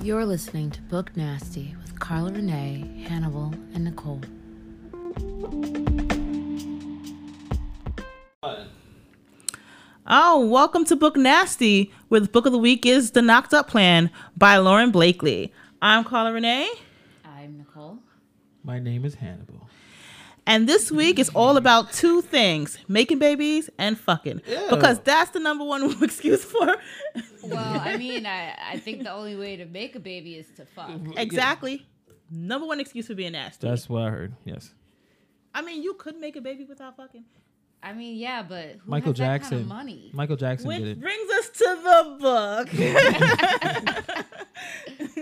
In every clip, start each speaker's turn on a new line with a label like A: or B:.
A: You're listening to Book Nasty with Carla Renee, Hannibal, and Nicole.
B: Oh, welcome to Book Nasty, where the book of the week is The Knocked Up Plan by Lauren Blakely. I'm Carla Renee,
A: I'm Nicole.
C: My name is Hannibal.
B: and this week is all about two things making babies and fucking. Because that's the number one excuse for.
D: Well, I mean, I, I think the only way to make a baby is to fuck.
B: exactly. Number one excuse for being nasty.
C: That's what I heard. Yes.
B: I mean, you could make a baby without fucking.
D: I mean, yeah, but who
C: Michael
D: has that
C: Jackson.
D: kind of money?
C: Michael Jackson
B: Which
C: did it.
B: brings us to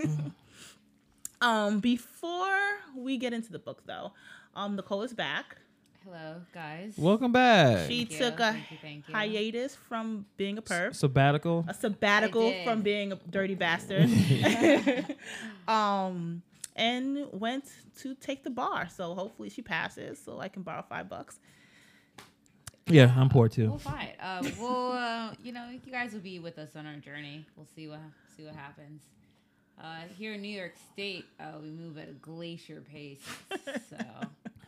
B: the book. um, before we get into the book, though, um, Nicole is back.
D: Hello, guys.
C: Welcome back.
B: She
D: Thank you,
B: took a
D: thank you, thank you.
B: hiatus from being a perv,
C: Sabbatical.
B: a sabbatical
D: I did.
B: from being a dirty bastard, um, and went to take the bar. So hopefully she passes, so I can borrow five bucks.
C: Yeah, I'm poor
D: We'll
C: too.
D: find. Uh, we'll, uh, you know, you guys will be with us on our journey. We'll see what see what happens. Uh, here in New York State, uh, we move at a glacier pace, so it's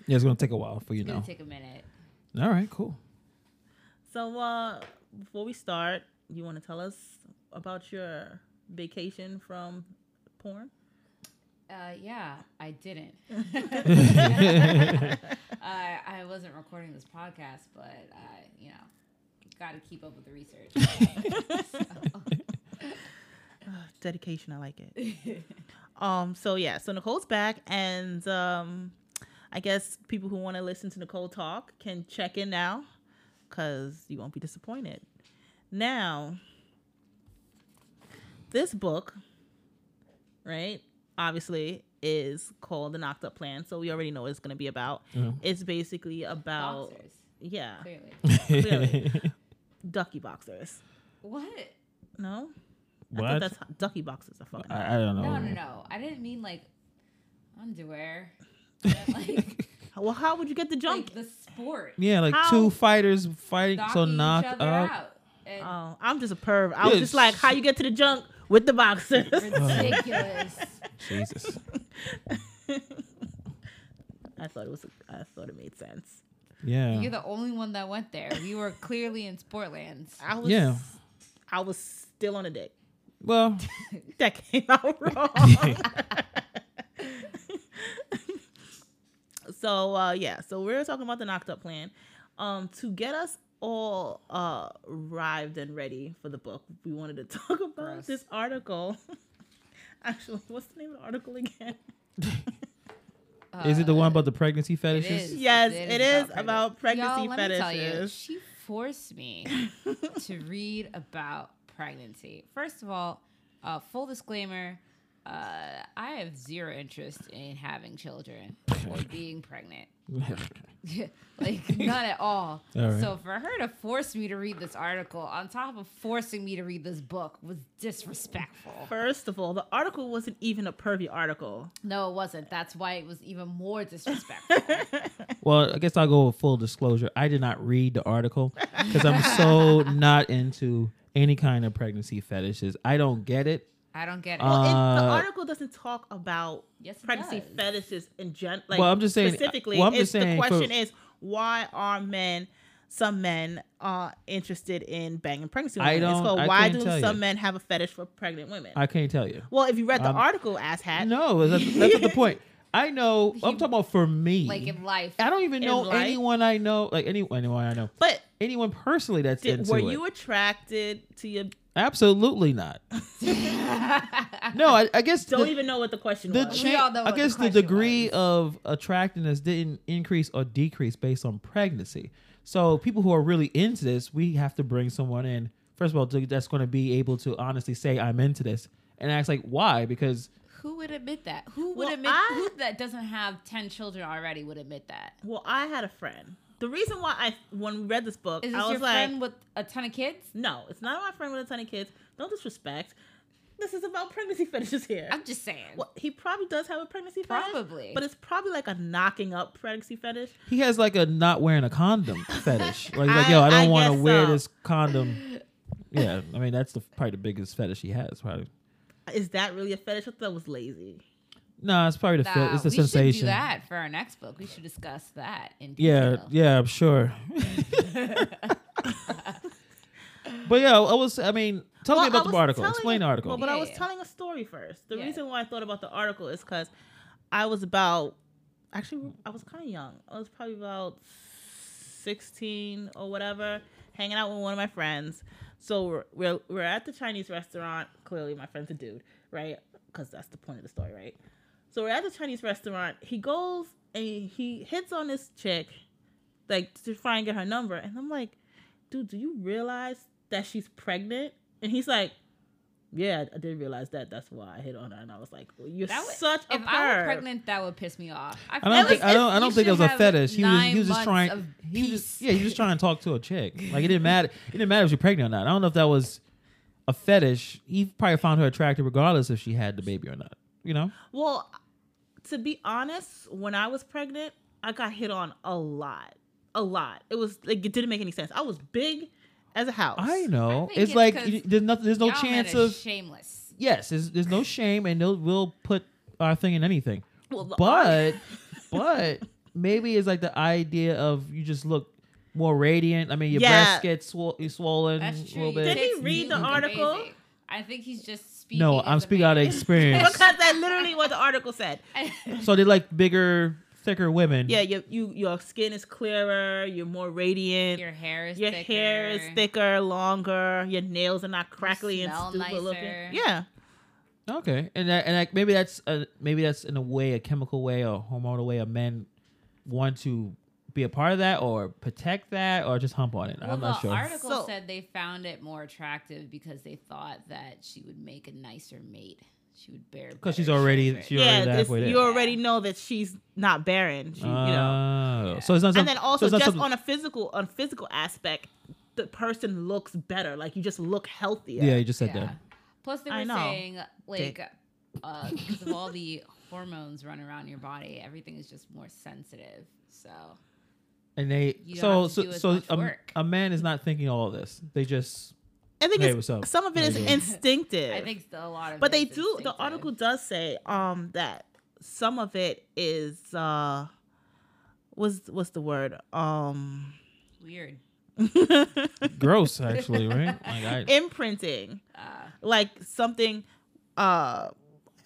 C: Yeah, it's gonna take a while for you
D: gonna
C: now.
D: take a minute.
C: All right, cool.
B: So uh, before we start, you want to tell us about your vacation from porn?
D: Uh, yeah, I didn't. I I wasn't recording this podcast, but uh, you know, got to keep up with the research.
B: dedication i like it um so yeah so nicole's back and um i guess people who want to listen to nicole talk can check in now because you won't be disappointed now this book right obviously is called the knocked up plan so we already know what it's going to be about
C: Yeah.
B: it's basically about
D: Boxers,
B: yeah
D: clearly.
B: Clearly. ducky boxers
D: What?
B: no I thought
C: what?
B: that's how- ducky boxers are fucking
C: I, I don't know.
D: No, no, no. I didn't mean like underwear. but, like,
B: well how would you get the jump
D: like the sport.
C: Yeah, like
B: How-
C: two fighters fighting,
D: Knocking
C: so
D: each
C: knocked
D: other
C: up.
D: out. And
B: Oh, I'm just a perv. I was
C: Yeah,
B: just like,
C: sh-
B: how you get to the junk with the boxers?
D: ridiculous.
C: Jesus.
B: I thought it was. I thought it made sense.
C: Yeah.
D: You're the only one that went there. We were clearly in Sportlands.
B: I was.
C: Yeah.
B: I was still on a dick.
C: Well,
B: That came out wrong. so uh, yeah, so we're talking about the knocked up plan. Um, to get us all uh arrived and ready for the book, we wanted to talk about
D: Gross.
B: this article. Actually, what's the name of the article again?
D: Uh,
C: is it the one about the pregnancy fetishes?
D: is.
B: Yes,
D: It
B: it
D: is
B: is
D: about
B: about pregnancy
D: Y'all, let me
B: fetishes.
D: tell you, she forced me to read about pregnancy. First of all, uh, full disclaimer: uh, I have zero interest in having children or being pregnant. like not at all.
C: All right.
D: So for her to force me to read this article on top of forcing me to read this book was disrespectful.
B: First of all, the article wasn't even a pervy article.
D: No, it wasn't. That's why it was even more disrespectful.
C: Well, I guess I'll go with full disclosure. I did not read the article because I'm so not into any kind of pregnancy fetishes. I don't get it.
D: I don't get it.
C: Uh,
B: It- the article doesn't talk about
D: Yes, it
B: pregnancy
D: does.
B: fetishes in general. Like,
C: Well, I'm just saying- uh,
B: specifically.
C: well, I'm just
B: it's-
C: saying
B: the
C: for-
B: question is why are men, some men, are interested in banging pregnancy
C: I
B: women?
C: don't-
B: it's called
C: I
B: why
C: couldn't
B: do
C: tell
B: some
C: you.
B: men have a fetish for pregnant women?
C: I can't tell you.
B: well, if you read the
C: Um,
B: article, asshat.
C: No, that's, that's not the point. I know. I'm
D: He-
C: talking about for me.
D: like in life,
C: I don't even
B: in
C: know
B: life.
C: anyone I know, like any, anyone I know,
B: But
C: anyone personally that's
B: did,
C: into
B: were
C: it.
B: you attracted to your?
C: Absolutely not. No, I, I guess
B: Don't
C: the,
B: even know what the question
C: the
B: was.
D: We all
C: chan-
D: know
C: I
D: what the
C: guess the,
D: question
C: degree
D: was.
C: of attractiveness didn't increase or decrease based on pregnancy. So people who are really into this, we have to bring someone in. First of all, to- that's going to be able to honestly say I'm into this and ask like why because
D: who would admit that? Who would
B: Well,
D: admit
B: I-
D: who that doesn't have ten children already would admit that?
B: Well, I had a friend. The reason why I when we read this book,
D: Is this
B: I was
D: your
B: like,
D: friend with a ton of kids?
B: No, it's not my friend with a ton of kids. Don't disrespect. This is about pregnancy fetishes here.
D: I'm just saying.
B: well, he probably does have a pregnancy fetish.
D: Probably.
B: But it's probably like a knocking up pregnancy fetish.
C: he has like a not wearing a condom fetish. Like, like yo,
B: I-
C: I
B: I
C: don't want to
B: guess
C: wear
B: so.
C: this condom. Yeah, I mean that's the, probably the biggest fetish he has. Probably
B: Is that really a fetish? I thought that was lazy.
C: No, it's probably the feel.
D: Nah,
C: It's the
D: we should do
C: sensation.
D: that for our next book. We should discuss that in
C: Yeah,
D: detail.
C: yeah, I'm sure. but yeah, I was. I mean, tell
B: Well,
C: me
B: I
C: about the
B: was
C: article.
B: telling
C: Explain
B: you-
C: the article.
B: Well, but I
D: Yeah,
B: was
D: yeah.
B: telling a story first. The
D: Yeah.
B: reason why I thought about the article is because I was about, actually, I was kind of young. I was probably about 16 or whatever, hanging out with one of my friends. So we're, we're, we're at the Chinese restaurant. Clearly, my friend's a dude, right? Because that's the point of the story, right? So we're at the Chinese restaurant. He goes and he hits on this chick, like to try and get her number. And I'm like, dude, do you realize that she's pregnant? And he's like, yeah, I did realize that. That's why I hit on her. And I was like, well, you're
D: That would-
B: such a
D: If I were
B: perv.
D: pregnant, that would piss me off.
C: I don't
B: It
C: think
B: was-
C: I don't I
D: you
C: don't think it was
D: should
C: a
D: have
C: fetish. He was
D: nine
C: he was just
D: months of
C: trying. He was just
D: peace.
C: yeah he was just trying to talk to a chick. Like it didn't matter. It didn't matter if she was pregnant or not. I don't know if that was a fetish. He probably found her attractive regardless if she had the baby or not. You know.
B: Well, to be honest, when I was pregnant, I got hit on a lot. A lot. It was like it didn't make any sense. I was big as a house.
C: I know.
D: think
C: It's
D: it's
C: like
D: 'cause
C: you- there's nothing. There's no
D: Y'all men
C: chance
D: are
C: of Mm,
D: shameless.
C: yes. There's, there's no shame, and they'll we'll put our thing in anything.
B: Well, the
C: but but maybe it's like the idea of you just look more radiant. I mean, your
B: Yeah.
C: breast gets swo- eh, swollen a
D: That's true.
C: little
D: you
C: bit.
B: Did he
D: did
B: read the
D: speak
B: article?
D: amazing. I think he's just speaking.
C: No,
D: as
C: I'm
D: a
C: speaking out of
D: man.
C: experience.
B: because that's literally what the article said.
C: So they like bigger, thicker women.
B: Yeah, your you your skin is clearer, you're more radiant,
D: Your hair is
B: your
D: thicker.
B: hair is thicker, longer, your nails are not crackly and
D: smell
B: stupid
D: nicer.
B: looking. Yeah.
C: Okay. And that, and that, maybe that's a, maybe that's in a way a chemical way or hormonal way of men want to be a part of that or protect that or just hump on it.
D: Well,
C: I'm not
D: the
C: sure.
D: article
B: So-
D: said they found it more attractive because they thought that she would make a nicer mate. She would bear
C: Because she's
D: better
C: already
D: children.
C: she's already
B: yeah, this,
C: halfway there.
B: you already know that she's not barren. She, you know.
C: Oh, so it's not. Some,
B: and then also
C: so it's not
B: just
C: something-
B: on a physical on physical aspect the person looks better like you just look healthier
C: yeah, you just said
D: Yeah.
C: that.
D: Plus, they
B: I
D: were
B: know.
D: saying like
B: Dick.
D: uh, because of all the hormones running around your body, everything is just more sensitive. So
C: And they
D: You don't
C: so
D: have to
C: so
D: do as
C: so
D: much
C: a,
D: work.
C: a man is not thinking all of this. They just
B: i think
C: Hey,
B: it's,
C: what's up?
B: some of it
C: How
B: is
C: you doing?
B: instinctive
D: I think still a lot of.
B: but
D: it
B: they
D: is
B: do the
D: instinctive.
B: article does say um that some of it is uh was what's the word um
D: weird.
C: gross actually, right? Like I,
B: imprinting
D: Uh,
B: like something uh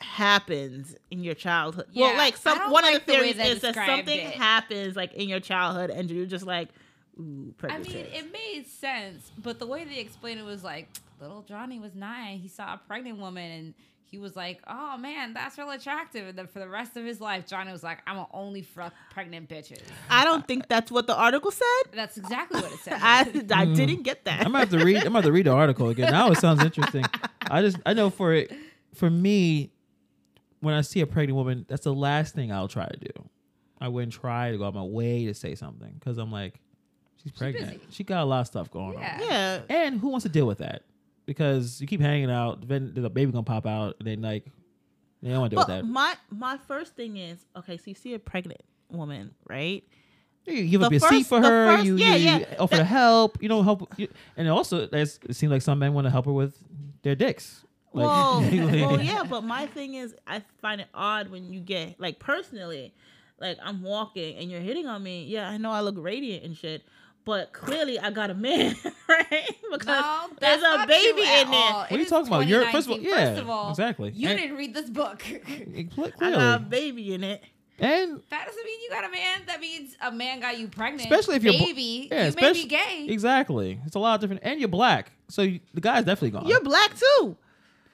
B: happens in your childhood well
D: Yeah,
B: like
D: I
B: some
D: don't
B: one
D: like
B: of
D: the
B: the
D: way
B: theories
D: they
B: is that
D: described
B: something
D: it.
B: happens like in your childhood and you're just like ooh
D: I
B: pregnant
D: mean,
B: chicks.
D: it made sense, but the way they explained it was like little Johnny was nine. He saw a pregnant woman and he was like, "Oh man, that's real attractive." And then for the rest of his life, Johnny was like, "I'm gonna only fuck pregnant bitches."
B: I don't think that's what the article said.
D: That's exactly what it said.
B: I, I
C: Mm.
B: didn't get that.
C: I'm gonna have to read. I'm gonna have to read the article again. Now it sounds interesting. I just I know for it for me, when I see a pregnant woman, that's the last thing I'll try to do. I wouldn't try to go out my way to say something because I'm like, she's pregnant.
D: busy.
C: she got a lot of stuff going
D: Yeah.
B: yeah.
C: on, and who wants to deal with that? Because you keep hanging out, then the baby gonna pop out, and then like they don't want to deal
B: But
C: with
B: my my first thing is okay. So you see a pregnant woman, right?
C: that. You give
B: the
C: up your seat
B: first-
C: for
B: the
C: her.
B: first-
C: you,
B: yeah,
C: you- you
B: yeah.
C: offer
B: That-
C: to help. You don't help. You, and also, there's- it seems like some men want to help her with their dicks. Like-
B: well, well, yeah. But my thing is, I find it odd when you get like personally, like I'm walking and you're hitting on me. Yeah, I know I look radiant and shit, but clearly I got a man, right? Because
D: No,
B: there's
D: that's
B: a
D: not
B: baby
D: true at
B: in there.
D: all.
C: What are
D: It
C: you
D: is
C: talking about? You're- first of all-
D: 2019.
C: yeah,
D: first of all,
C: exactly.
D: You
C: And-
D: didn't read this book.
C: Eh, cle-
B: I
C: Clearly.
B: got a baby in it.
C: and
D: That doesn't mean you got a man. That means a man got you pregnant.
C: especially if you're bl-
D: baby,
C: yeah,
D: you may be
C: especi-
D: gay.
C: Exactly. It's a lot of different. And you're black, so you, the guy's definitely gone.
B: You're black too.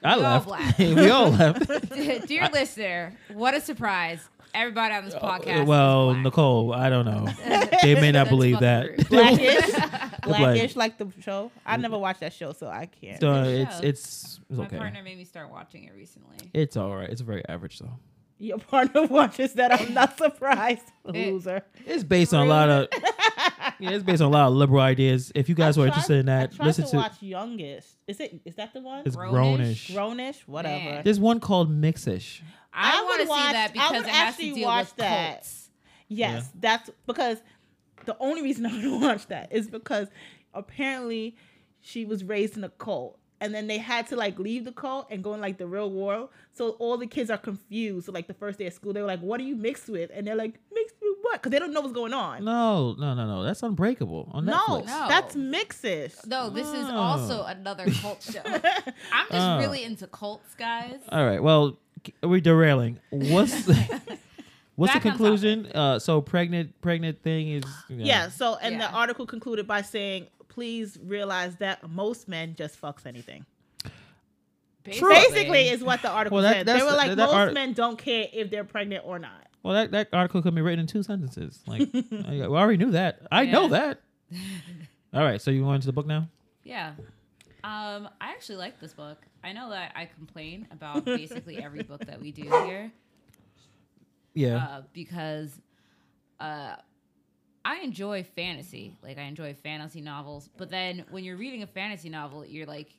C: I
D: all
C: left.
D: black.
C: we all left.
D: Dear listener, what a surprise! Everybody on this
C: Oh,
D: podcast.
C: well,
D: is black.
C: Nicole, I don't know. They may not
D: That's
C: believe
D: fucking
C: that.
B: Blackish,
C: like-
B: blackish, like the show. I never watched that show, so I can't.
C: So
D: good
C: it's
D: show.
C: it's it's
D: My
C: okay.
D: partner made me start watching it recently.
C: It's all right. It's very average though.
B: Your partner watches that. I'm not surprised, loser.
C: It's based on a lot of yeah. It's based on a lot of liberal ideas. If you guys were
B: tried-
C: interested in
B: I
C: that,
B: tried
C: listen
B: to,
C: to
B: watch Youngest. Is it? Is that the one?
C: it's
D: Grownish.
C: grownish.
B: Grownish, whatever.
D: Man.
C: There's one called Mixish.
D: I,
B: I
D: want to
B: would
D: see that
B: watch- I
D: because
B: would
D: it has to
B: actually
D: deal
B: watch
D: with
B: that.
D: cults.
B: Yes, that's because the only reason I want to watch that is because apparently she was raised in a cult and then they had to like leave the cult and go in like the real world. So all the kids are confused. So like the first day of school, they were like, "What are you mixed with?" And they're like, "Mixed with what?" Because they don't know what's going on.
C: No, no, no, no. That's Unbreakable on
B: No,
C: Netflix.
D: No.
B: that's mixes.
D: No, this is
C: Oh.
D: also another cult show. I'm just
C: Oh.
D: really into cults, guys.
C: All right. Well, k- we're derailing. What's what's the
D: Back on
C: conclusion? Uh, so pregnant, pregnant thing is you know,
B: Yeah. So, and the
D: Yeah.
B: article concluded by saying, "Please realize that most men just fucks anything."
C: True.
B: Basically, is what the article
C: Well, that-
B: said.
C: that's
B: They were
C: the-
B: like,
C: that
B: most
C: art-
B: men don't care if they're pregnant or not.
C: Well, that, that article could be written in two sentences. Like, I, I already knew that. I know
D: Yeah.
C: that. All right. So you going to the book now?
D: Yeah. Um, I actually like this book. I know that I complain about basically every book that we do here
C: Yeah.
D: uh, because uh, I enjoy fantasy. Like, I enjoy fantasy novels. But then when you're reading a fantasy novel, you're like,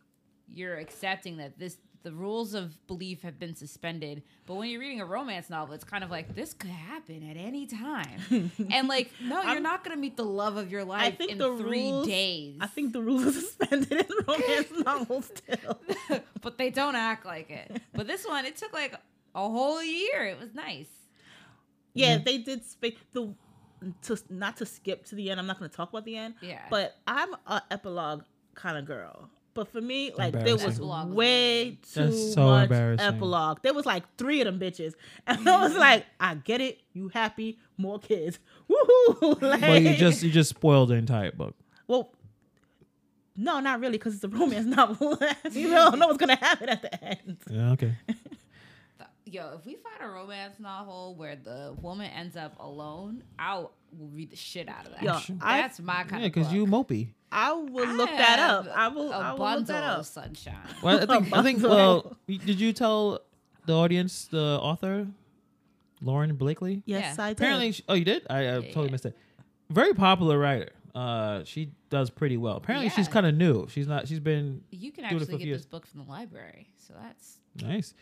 D: you're accepting that this, the rules of belief have been suspended. But when you're reading a romance novel, it's kind of like, this could happen at any time. and like, no, you're
B: I'm-
D: not going to meet the love of your life
B: think
D: in
B: the
D: three
B: rules-
D: days.
B: I think the rules are suspended in romance novels still.
D: but they don't act like it. But this one, it took like a whole year. It was nice.
B: Yeah, they did space the to not to skip to the end. I'm not going to talk about the end.
D: Yeah.
B: But I'm a epilogue kind of girl. But for me, like there was
C: Embarrassing.
D: Epilogue was
B: way too
C: That's so
B: much
C: embarrassing.
B: epilogue. There was like three of them bitches, and I was like, I get it. You happy? More kids? Woohoo! like,
C: Well, you just you just spoiled the entire book.
B: well. No, not really, because it's a romance novel. you don't know what's gonna happen at the end.
C: Yeah. Okay.
D: Th- Yo, if we find a romance novel where the woman ends up alone, I will read the shit out of that.
B: Yo, I
D: That's my
C: Yeah,
D: kind of
C: because you mopey.
B: I will look
D: I
B: that
D: have
B: up. I will.
D: a
B: I will
D: bundle
B: look that up.
D: of sunshine.
C: Well, I think I think.
B: Bonzo.
C: Well, y- did you tell the audience the author, Lauren Blakely?
B: Yes,
D: Yeah.
B: I did.
C: Apparently, she, oh, you did. I, I totally
D: yeah.
C: missed it. Very popular writer. Uh, she does pretty well. Apparently, she's
D: Yeah.
C: kind of new. She's not. She's been
D: You can
C: Do it for
D: actually get
C: years.
D: this book from the library, so that's
C: nice.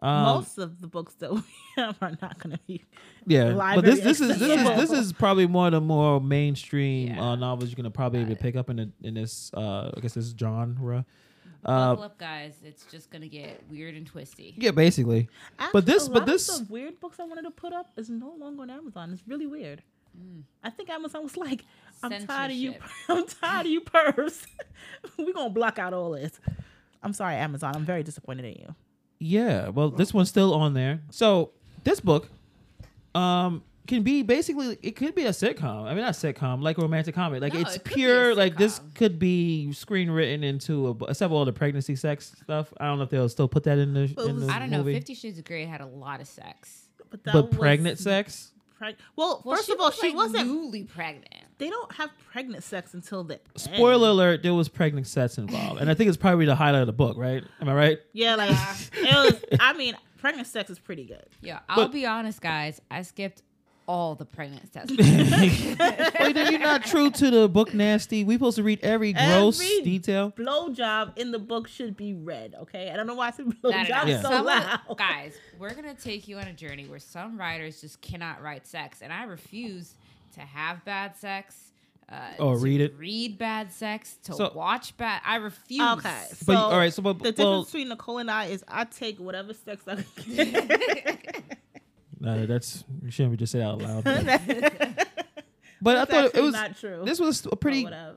C: Um,
B: most of the books that we have are not going to be.
C: yeah, but
B: library
C: this this is this
B: accessible.
C: is this is probably one of the more mainstream
D: Yeah.
C: uh, novels you're gonna probably be pick up in the, in this uh, I guess this genre. Uh,
D: buckle up, guys. It's just gonna get weird and twisty.
C: yeah, basically. But
B: Actually,
C: this-
B: a
C: but
B: lot of
C: this-
B: the weird books I wanted to put up is no longer on Amazon. It's really weird.
D: Mm.
B: I think Amazon was like, "I'm tired of you. I'm tired of you, pervs. We're gonna block out all this." I'm sorry, Amazon. I'm very disappointed in you.
C: Yeah, well, this one's still on there. So this book, um, can be basically it could be a sitcom. I mean, not sitcom, like romantic comedy. Like
D: No,
C: it's
D: it could be a
C: pure. Like this
D: sitcom.
C: could be screen written into a bu- except all the pregnancy sex stuff. I don't know if they'll still put that in the.
B: Well,
C: in the
D: I don't know.
C: movie.
D: Fifty Shades of Grey had a lot of sex.
B: But, that
C: but
B: was
C: pregnant sex.
B: preg- well,
D: Well,
B: first of all,
D: was,
B: she
D: like,
B: wasn't.
D: newly pregnant.
B: They don't have pregnant sex until the end.
C: Spoiler alert: There was pregnant sex involved, and I think it's probably the highlight of the book, right? Am I right?
B: Yeah, like it was. I mean, pregnant sex is pretty good.
D: Yeah, I'll
C: But-
D: be honest, guys. I skipped all the pregnant tests.
C: Wait, then you're not true to the book. Nasty. We supposed to read every gross
B: Every
C: detail.
B: blowjob in the book should be read, okay? I don't know why I said blowjob
C: Yeah.
B: so
D: Some of-
B: loud.
D: guys, we're gonna take you on a journey where some writers just cannot write sex, and I refuse to have bad sex. Uh,
C: Or
D: to
C: Oh, read it.
D: Read bad sex. To
C: So-
D: watch bad. I refuse.
B: Okay, Um, so
C: But all right, so but
B: the difference
C: well,
B: between Nicole and I is I take whatever sex I can get.
C: No, that's you shouldn't be just say that out loud. but I
B: That's
C: thought it
B: actually
C: was
B: not true.
C: this was a
B: But
C: pretty.
B: whatever.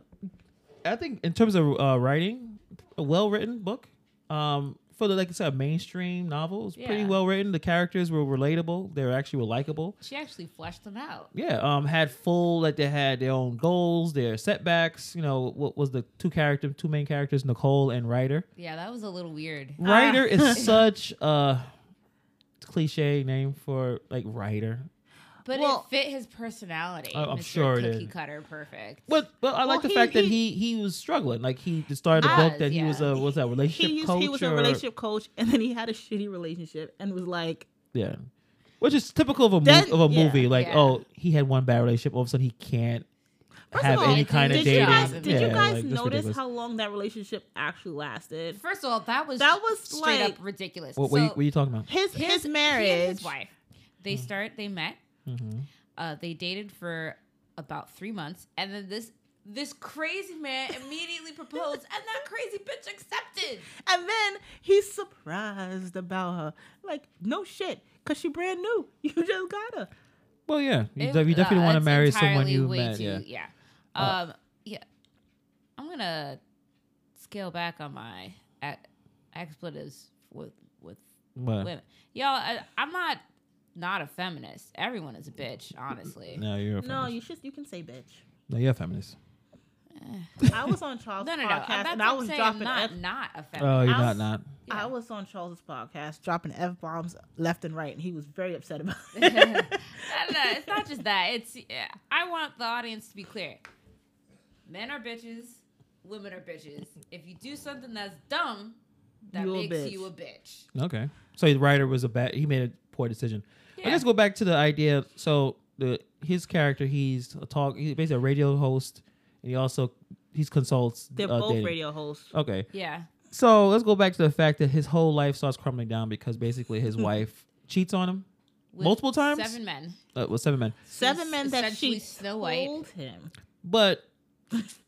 C: I think in terms of uh, writing, a well written book. Um, for the like I said, mainstream novels, pretty
D: Yeah.
C: well written. The characters were relatable. They were actually were likable.
D: she actually fleshed them out.
C: Yeah, um, had full like they had their own goals, their setbacks. You know, what was the two character, two main characters, Nicole and Ryder.
D: Yeah, that was a little weird.
B: Ah.
C: Ryder is such a cliche name for like writer.
D: But
B: Well-
D: it fit his personality.
C: I- I'm
D: Mr.
C: sure it
D: cookie
C: did.
D: cutter perfect.
C: But but I like
B: Well,
C: the
B: he-
C: fact that
B: he-
C: he he was struggling. Like he started a
D: He
C: book
D: was,
C: that he was
D: yeah.
C: a was that relationship
B: He, used,
C: coach
B: he was a
C: or-
B: relationship coach and then he had a shitty relationship and was like,
C: yeah, which is typical of a
B: Then-
C: mov- of a
B: yeah,
C: movie. Like
D: yeah.
C: oh, he had one bad relationship. All of a sudden he can't
B: First
C: have
B: of all,
C: any kind of
B: did
C: dating.
B: you guys, did you
C: Yeah,
B: guys
C: like, that's
B: notice
C: ridiculous.
B: how long that relationship actually lasted?
D: First of all, that was
B: That was
D: straight
B: like-
D: up ridiculous.
C: What, what, you,
D: So-
C: what you talking about?
B: His his,
D: he
B: marriage.
D: and his wife they
C: Mm-hmm.
D: start they met uh, they dated for about three months and then this this crazy man immediately proposed and that crazy bitch accepted
B: And then he's surprised about her. Like, no shit, because she brand new. You just got her.
C: Well, yeah, you,
D: It-
C: de- you definitely
D: uh,
C: want to
D: it's
C: marry someone
D: entirely
C: you
D: way
C: met.
D: too-
C: yeah.
B: e
D: yeah.
C: Uh,
D: um, yeah. I'm gonna scale back on my a- expletives with with
C: But-
D: women. Y'all, I, I'm not not a feminist. Everyone is a bitch, honestly.
C: no, you're a
B: No,
C: feminist.
B: you should. You can say bitch.
C: No, you're a feminist.
B: I was on Charles'
D: No, no, no.
B: podcast
D: I'm not
B: and I was
D: saying
B: dropping
D: I'm not,
B: F.
D: not a
C: Oh,
D: feminist.
C: you're
B: I'll
C: not
B: s-
C: not.
D: yeah.
B: I was on Charles' podcast dropping F bombs left and right, and he was very upset about it.
D: Uh, No, no, it's not just that. It's yeah, I want the audience to be clear. Men are bitches. Women are bitches. If you do something that's dumb, that
B: You a
D: makes
B: bitch.
D: you a bitch.
C: Okay. So the writer was a bad. He made a poor decision. I
D: Yeah.
C: guess go back to the idea. So the his character, he's a talk. He's basically a radio host, and he also he's consults.
B: They're
C: uh,
B: both
C: dating.
B: radio hosts.
C: Okay.
D: Yeah.
C: So let's go back to the fact that his whole life starts crumbling down because basically his wife cheats on him.
D: With
C: Multiple times?
D: Seven men.
C: Uh, well, seven men.
B: Seven
D: She's
B: men that
D: essentially
B: she
D: Snow White.
B: told him.
C: But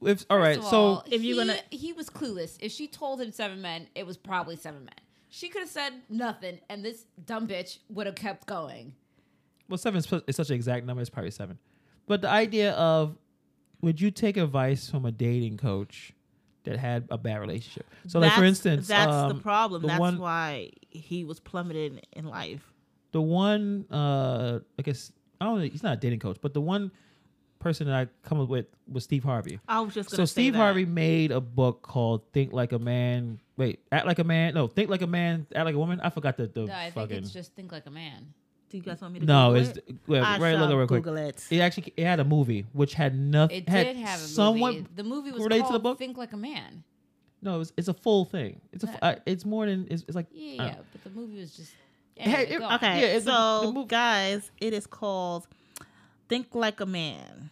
C: if all right,
D: First of
C: so
D: all,
B: if you're
D: he-
B: gonna-
D: he was clueless. If she told him seven men, it was probably seven men. She could have said nothing, and this dumb bitch would have kept going.
C: well, seven is, pu- is such an exact number. It's probably seven. But the idea of would you take advice from a dating coach that had a bad relationship? So, like for
B: That's-
C: instance,
B: that's
C: um,
B: the problem.
C: the
B: that's
C: one-
B: why he was plummeted in life.
C: the one uh I guess I don't know he's not a dating coach, but the one person that I come up with was Steve Harvey.
B: I was just
C: So
B: gonna say
C: Steve
B: that.
C: Harvey made a book called Think Like a Man. Wait, Act Like a Man. No, Think Like a Man, Act Like a Woman. I forgot the, the
D: No, I think
C: fucking
D: it's just think like a man.
B: Do you guys want me to?
C: No,
B: Google
C: it's
B: it?
C: wait,
B: I
C: right
B: shall
C: look it real quick.
B: Google it.
C: It actually it had a movie which had nothing
D: It
C: had
D: did have a
C: somewhat
D: movie. The movie was
C: relate to
D: called
C: the book?
D: Think Like a Man.
C: No, it's it's a full thing. It's a fu-
D: Uh,
C: uh, it's more than it's, it's like
D: Yeah,
C: uh,
D: yeah, but the movie was just.
C: Hey,
D: Anyway,
C: it-
D: go on.
B: Okay,
C: Yeah, it's the-
B: so
C: the mov-
B: guys, it is called "Think Like a Man."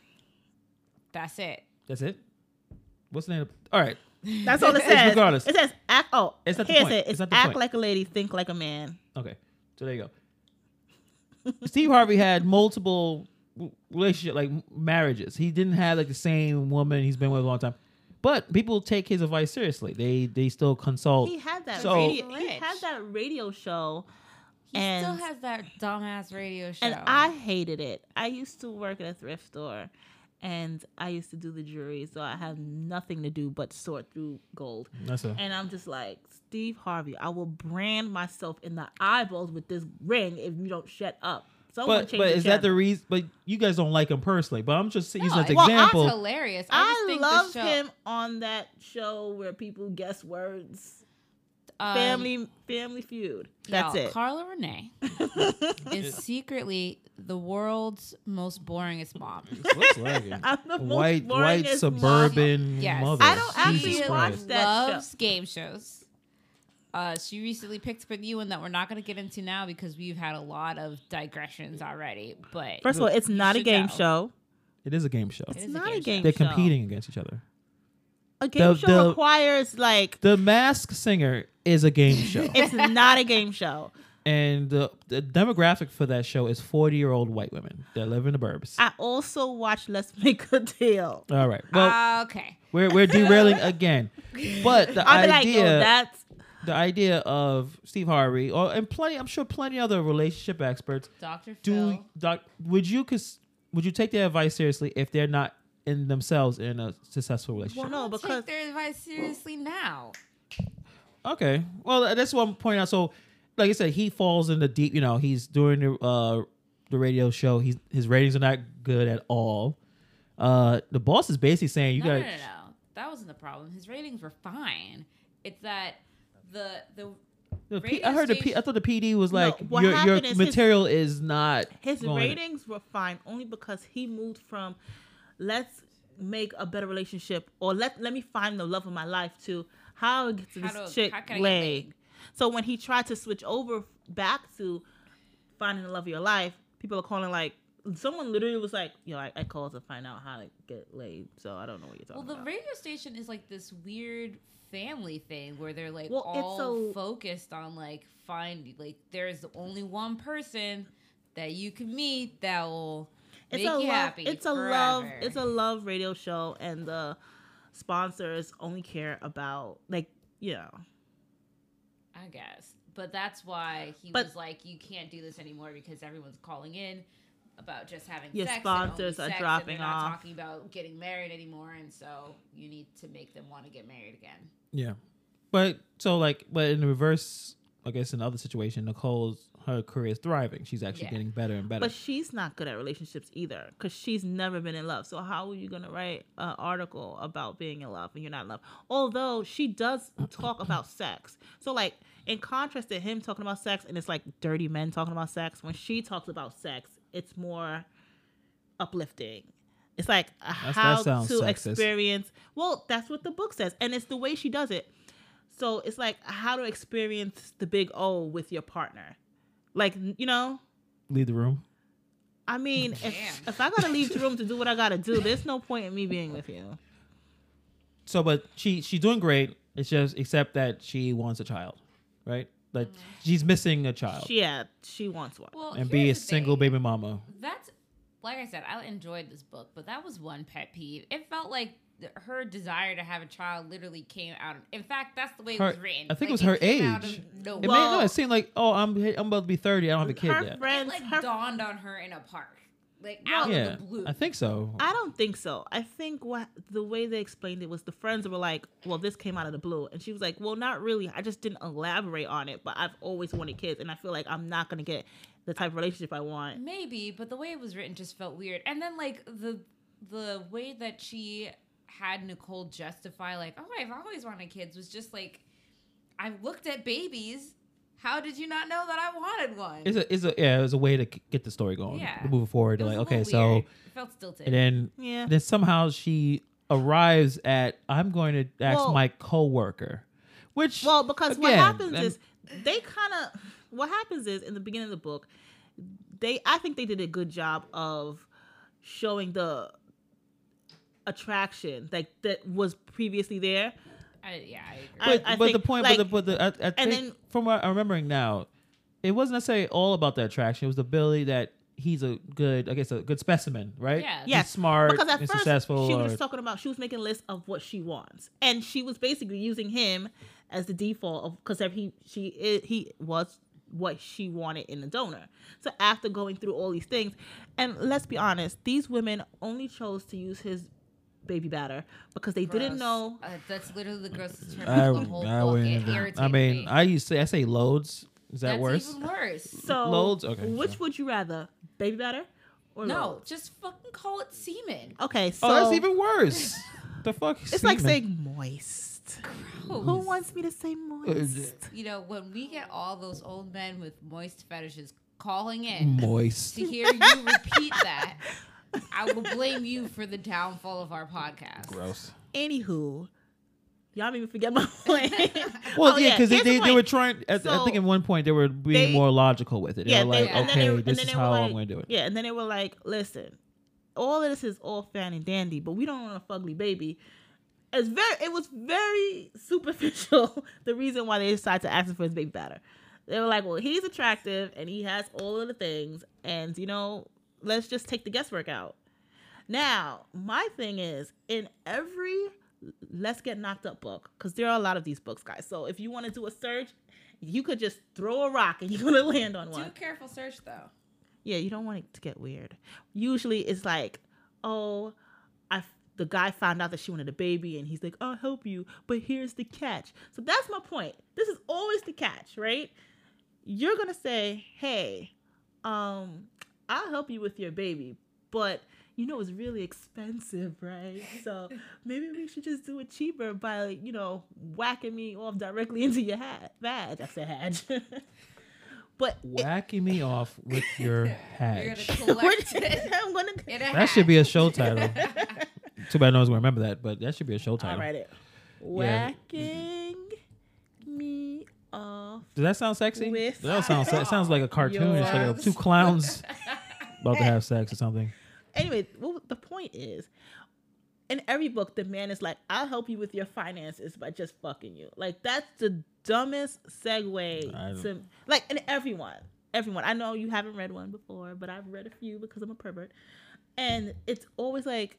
D: that's it.
C: that's it. What's the name? Of, all right,
B: That's all it
C: It's
B: says.
C: regardless.
B: it says act. Oh,
C: It's not the
B: here's
C: point.
B: it. It's,
C: It's not the
B: act
C: point.
B: like a lady, think like a man.
C: Okay, so there you go. Steve Harvey had multiple w- relationship, like m- marriages. He didn't have like the same woman he's been with a long time, but people take his advice seriously. They they still consult.
B: He had that
C: So-
B: radio. He
D: Rich.
B: had that radio show,
D: He
B: and
D: still has that dumbass radio show.
B: and I hated it. I used to work at a thrift store, and I used to do the jewelry, so I have nothing to do but sort through gold.
C: That's a
B: And I'm just like, Steve Harvey, I will brand myself in the eyeballs with this ring if you don't shut up. Someone
C: but
B: change
C: but
B: the
C: is that the
B: channel.
C: reason? But you guys don't like him personally. But I'm just using
D: no,
C: that as an
D: well,
C: example.
D: That's hilarious. I, just
B: I
D: think
B: love
D: the show,
B: him on that show where people guess words.
D: um,
B: Family Family Feud. That's
D: y'all,
B: it.
D: Carla Renee is secretly the world's most boringest mom.
C: Looks like it.
B: I'm the most
C: White white
B: boringest
C: suburban
D: Yes.
C: mother.
B: I don't actually
C: Jesus
B: watch
C: Christ.
B: that show.
D: Loves game shows. Uh, she recently picked up a new one that we're not going to get into now because we've had a lot of digressions already. But
B: First of all, it's not a
D: should
B: game
D: know.
B: show.
C: It is a game show.
D: It
B: It's
D: is
B: not a game
C: They're
B: show.
C: competing against each other.
B: A game
C: The-
B: show
C: the-
B: requires like
C: The Mask Singer is a game show.
B: it's not a game show.
C: and the, the demographic for that show is 40 year old white women that live in the burbs.
B: I also watch Let's Make a Deal.
C: All right. Well,
D: Ah, okay.
C: we're, we're derailing again. But the
B: I'll be like, "Oh,
C: idea
B: yo, that's
C: the idea of Steve Harvey or and plenty I'm sure plenty other relationship experts
D: Dr.
C: do
D: Phil.
C: doc, would you cons- would you take their advice seriously if they're not in themselves in a successful relationship?
B: well, no,
D: I'll
B: because
D: take their advice seriously now.
C: Okay. Well, that's what I'm pointing out. So, like I said, he falls in the deep. You know, he's doing the uh, the radio show. He's his ratings are not good at all. Uh, the boss is basically saying you
D: no,
C: got
D: no, no, no. That wasn't the problem. His ratings were fine. It's that the the
C: the P-
D: radio
C: I heard the P-
D: station-
C: I thought the PD was like
B: what
C: your your
B: happened is his-
C: material is not
B: his
C: going-
B: ratings were fine only because he moved from let's make a better relationship or let let me find the love of my life to how I get to
D: How
B: this
D: do-
B: chick
D: how can I get
B: laid.
D: laid?
B: So when he tried to switch over back to finding the love of your life, people are calling like someone literally was like, "Yo, I, I called to find out how to get laid." So I don't know what you're
D: well,
B: talking
D: the
B: about.
D: radio station is like this weird family thing where they're like
B: Well, it's
D: all
B: a-
D: focused on like find like there's only one person that you can meet that will
B: it's
D: make
B: a love,
D: you happy.
B: it's a love,
D: forever.
B: it's a love radio show, and the sponsors only care about like you know
D: I guess. But that's why he
B: But-
D: was like, you can't do this anymore because everyone's calling in about just having
B: Your
D: sex. and
B: sponsors
D: only
B: are
D: sex,
B: dropping
D: and they're not
B: off.
D: talking about getting married anymore, and so you need to make them want to get married again.
C: Yeah. But so like but in the reverse I guess in the other situation, Nicole's her career is thriving. She's actually
D: Yeah.
C: getting better and better.
B: But she's not good at relationships either, because she's never been in love. So how are you gonna write an article about being in love and you're not in love? Although she does talk about sex. So like in contrast to him talking about sex, and it's like dirty men talking about sex. When she talks about sex, it's more uplifting. It's like a
C: that
B: how to
C: sounds sexist.
B: experience. Well, that's what the book says, and it's the way she does it. So it's like how to experience the big O with your partner. Like you know,
C: Leave the room.
B: I mean, if,
D: Damn.
B: if I gotta leave the room to do what I gotta do, there's no point in me being with you.
C: So but she she's doing great. It's just except that she wants a child, right? Like she's missing a child.
B: She, yeah, she wants one.
D: Oh. Well,
C: and be a single baby mama.
D: That's like I said, I enjoyed this book, but that was one pet peeve. It felt like th- her desire to have a child literally came out. Of, in fact, that's the way it was
C: Her-
D: written.
C: I think it
D: Like,
C: was her
D: came out
C: age.
D: of nowhere.
C: It
B: Well-
C: made no, it seemed like, oh, I'm I'm about to be thirty, I don't have a kid
B: her
C: yet.
D: it
B: friends,
D: like
B: her,
D: dawned on her in a park, like out
C: yeah,
D: of the blue.
C: I think so.
B: I don't think so. I think what the way they explained it was the friends were like, "Well, this came out of the blue," and she was like, "Well, not really. I just didn't elaborate on it, but I've always wanted kids, and I feel like I'm not gonna get the type of relationship I want."
D: Maybe, but the way it was written just felt weird. And then like the the way that she had Nicole justify like, "Oh, I've always wanted kids," was just like, "I've looked at babies. How did you not know that I wanted one?"
C: it's a it's a yeah, it was a way to k- get the story going.
D: Yeah.
C: To move it forward.
D: It was
C: like,
D: a
C: okay,
D: little
C: so
D: weird. it felt stilted.
C: and then
B: Yeah.
C: then somehow she arrives at I'm going to ask
B: Well-
C: my coworker. Which
B: Well, because what
C: again,
B: happens
C: I'm-
B: is they kind of what happens is in the beginning of the book, they I think they did a good job of showing the attraction like that was previously there.
D: I, yeah, I agree.
B: I-
C: but, but the
B: think,
C: point,
B: like-
C: but the, but the, I, I
B: and
C: think
B: then-
C: from what I'm remembering now, it wasn't necessarily all about the attraction. It was the ability that he's a good, I guess, a good specimen, right?
D: Yeah.
C: He's
B: Yes,
C: smart
B: because at
C: and
B: first
C: successful.
B: she was
C: or-
B: just talking about she was making lists of what she wants, and she was basically using him as the default of because he she i- he was what she wanted in a donor. So after going through all these things, and let's be honest, these women only chose to use his baby batter because they didn't
D: Gross.
B: know.
D: Uh, that's literally the grossest term
C: I,
D: of the whole
C: I,
D: book.
C: wouldn't
D: It
C: even-
D: irritated
C: I mean,
D: me.
C: I used to say, I say loads. Is that
D: that's
C: worse?
D: Even worse.
B: So
C: Loads? Okay,
B: which
C: sure.
B: would you rather, baby batter or
D: No,
B: loads?
D: just fucking call it semen.
B: Okay, so
C: oh, that's even worse. the fuck?
B: it's like saying moist. Who
C: Oh.
D: Gross.
B: wants me to say moist?
D: You know, when we get all those old men with moist fetishes calling in
C: moist.
D: to hear you repeat that, I will blame you for the downfall of our podcast.
C: Gross.
B: Anywho, y'all made me forget my point.
C: Well,
B: Oh,
C: yeah, because
B: here's
C: they,
B: the
C: they were
B: point.
C: trying. At, I think
B: So,
C: at one point they were being
B: they-
C: more logical with it. They
B: yeah,
C: were
B: they-
C: like,
B: and then they-
C: okay,
B: and
C: this
B: then
C: is
B: they were
C: how I'm
B: like-
C: going to do it.
B: Yeah, and then they were like, "Listen, all of this is all fan and dandy, but we don't want a fugly baby." It's very, it was very superficial. the reason why they decided to ask him for his baby batter, they were like, "Well, he's attractive and he has all of the things, and you know, let's just take the guesswork out." Now, my thing is, in every Let's Get Knocked Up book, because there are a lot of these books, guys. So if you want to do a search, you could just throw a rock and you're gonna land on
D: Do
B: one.
D: a careful search though.
B: Yeah, you don't want it to get weird. Usually it's like, oh, I f- the guy found out that she wanted a baby and he's like, I'll help you, but here's the catch. So that's my point. This is always the catch, right? You're gonna say, Hey, um, I'll help you with your baby, but you know it's really expensive, right? So maybe we should just do it cheaper by, you know, whacking me off directly into your hat badge. I said hatch. but it-
C: Whacking me off with your
D: You're
C: hatch.
D: gonna collect it.
B: I'm gonna.
D: in
C: That should be a show title. Too bad no one's gonna remember that, but that should be a show
B: I'll
C: title.
B: write it. Whacking me off.
C: Does that sound sexy?
B: With-
C: that sounds that sounds like a cartoon. It's like
D: Yours.
C: two clowns about to have sex or something.
B: Anyway, well, the point is, in every book, the man is like, "I'll help you with your finances by just fucking you." Like that's the dumbest
C: I
B: segue
C: don't-
B: to like in everyone. Everyone, I know you haven't read one before, but I've read a few because I'm a pervert, and it's always like,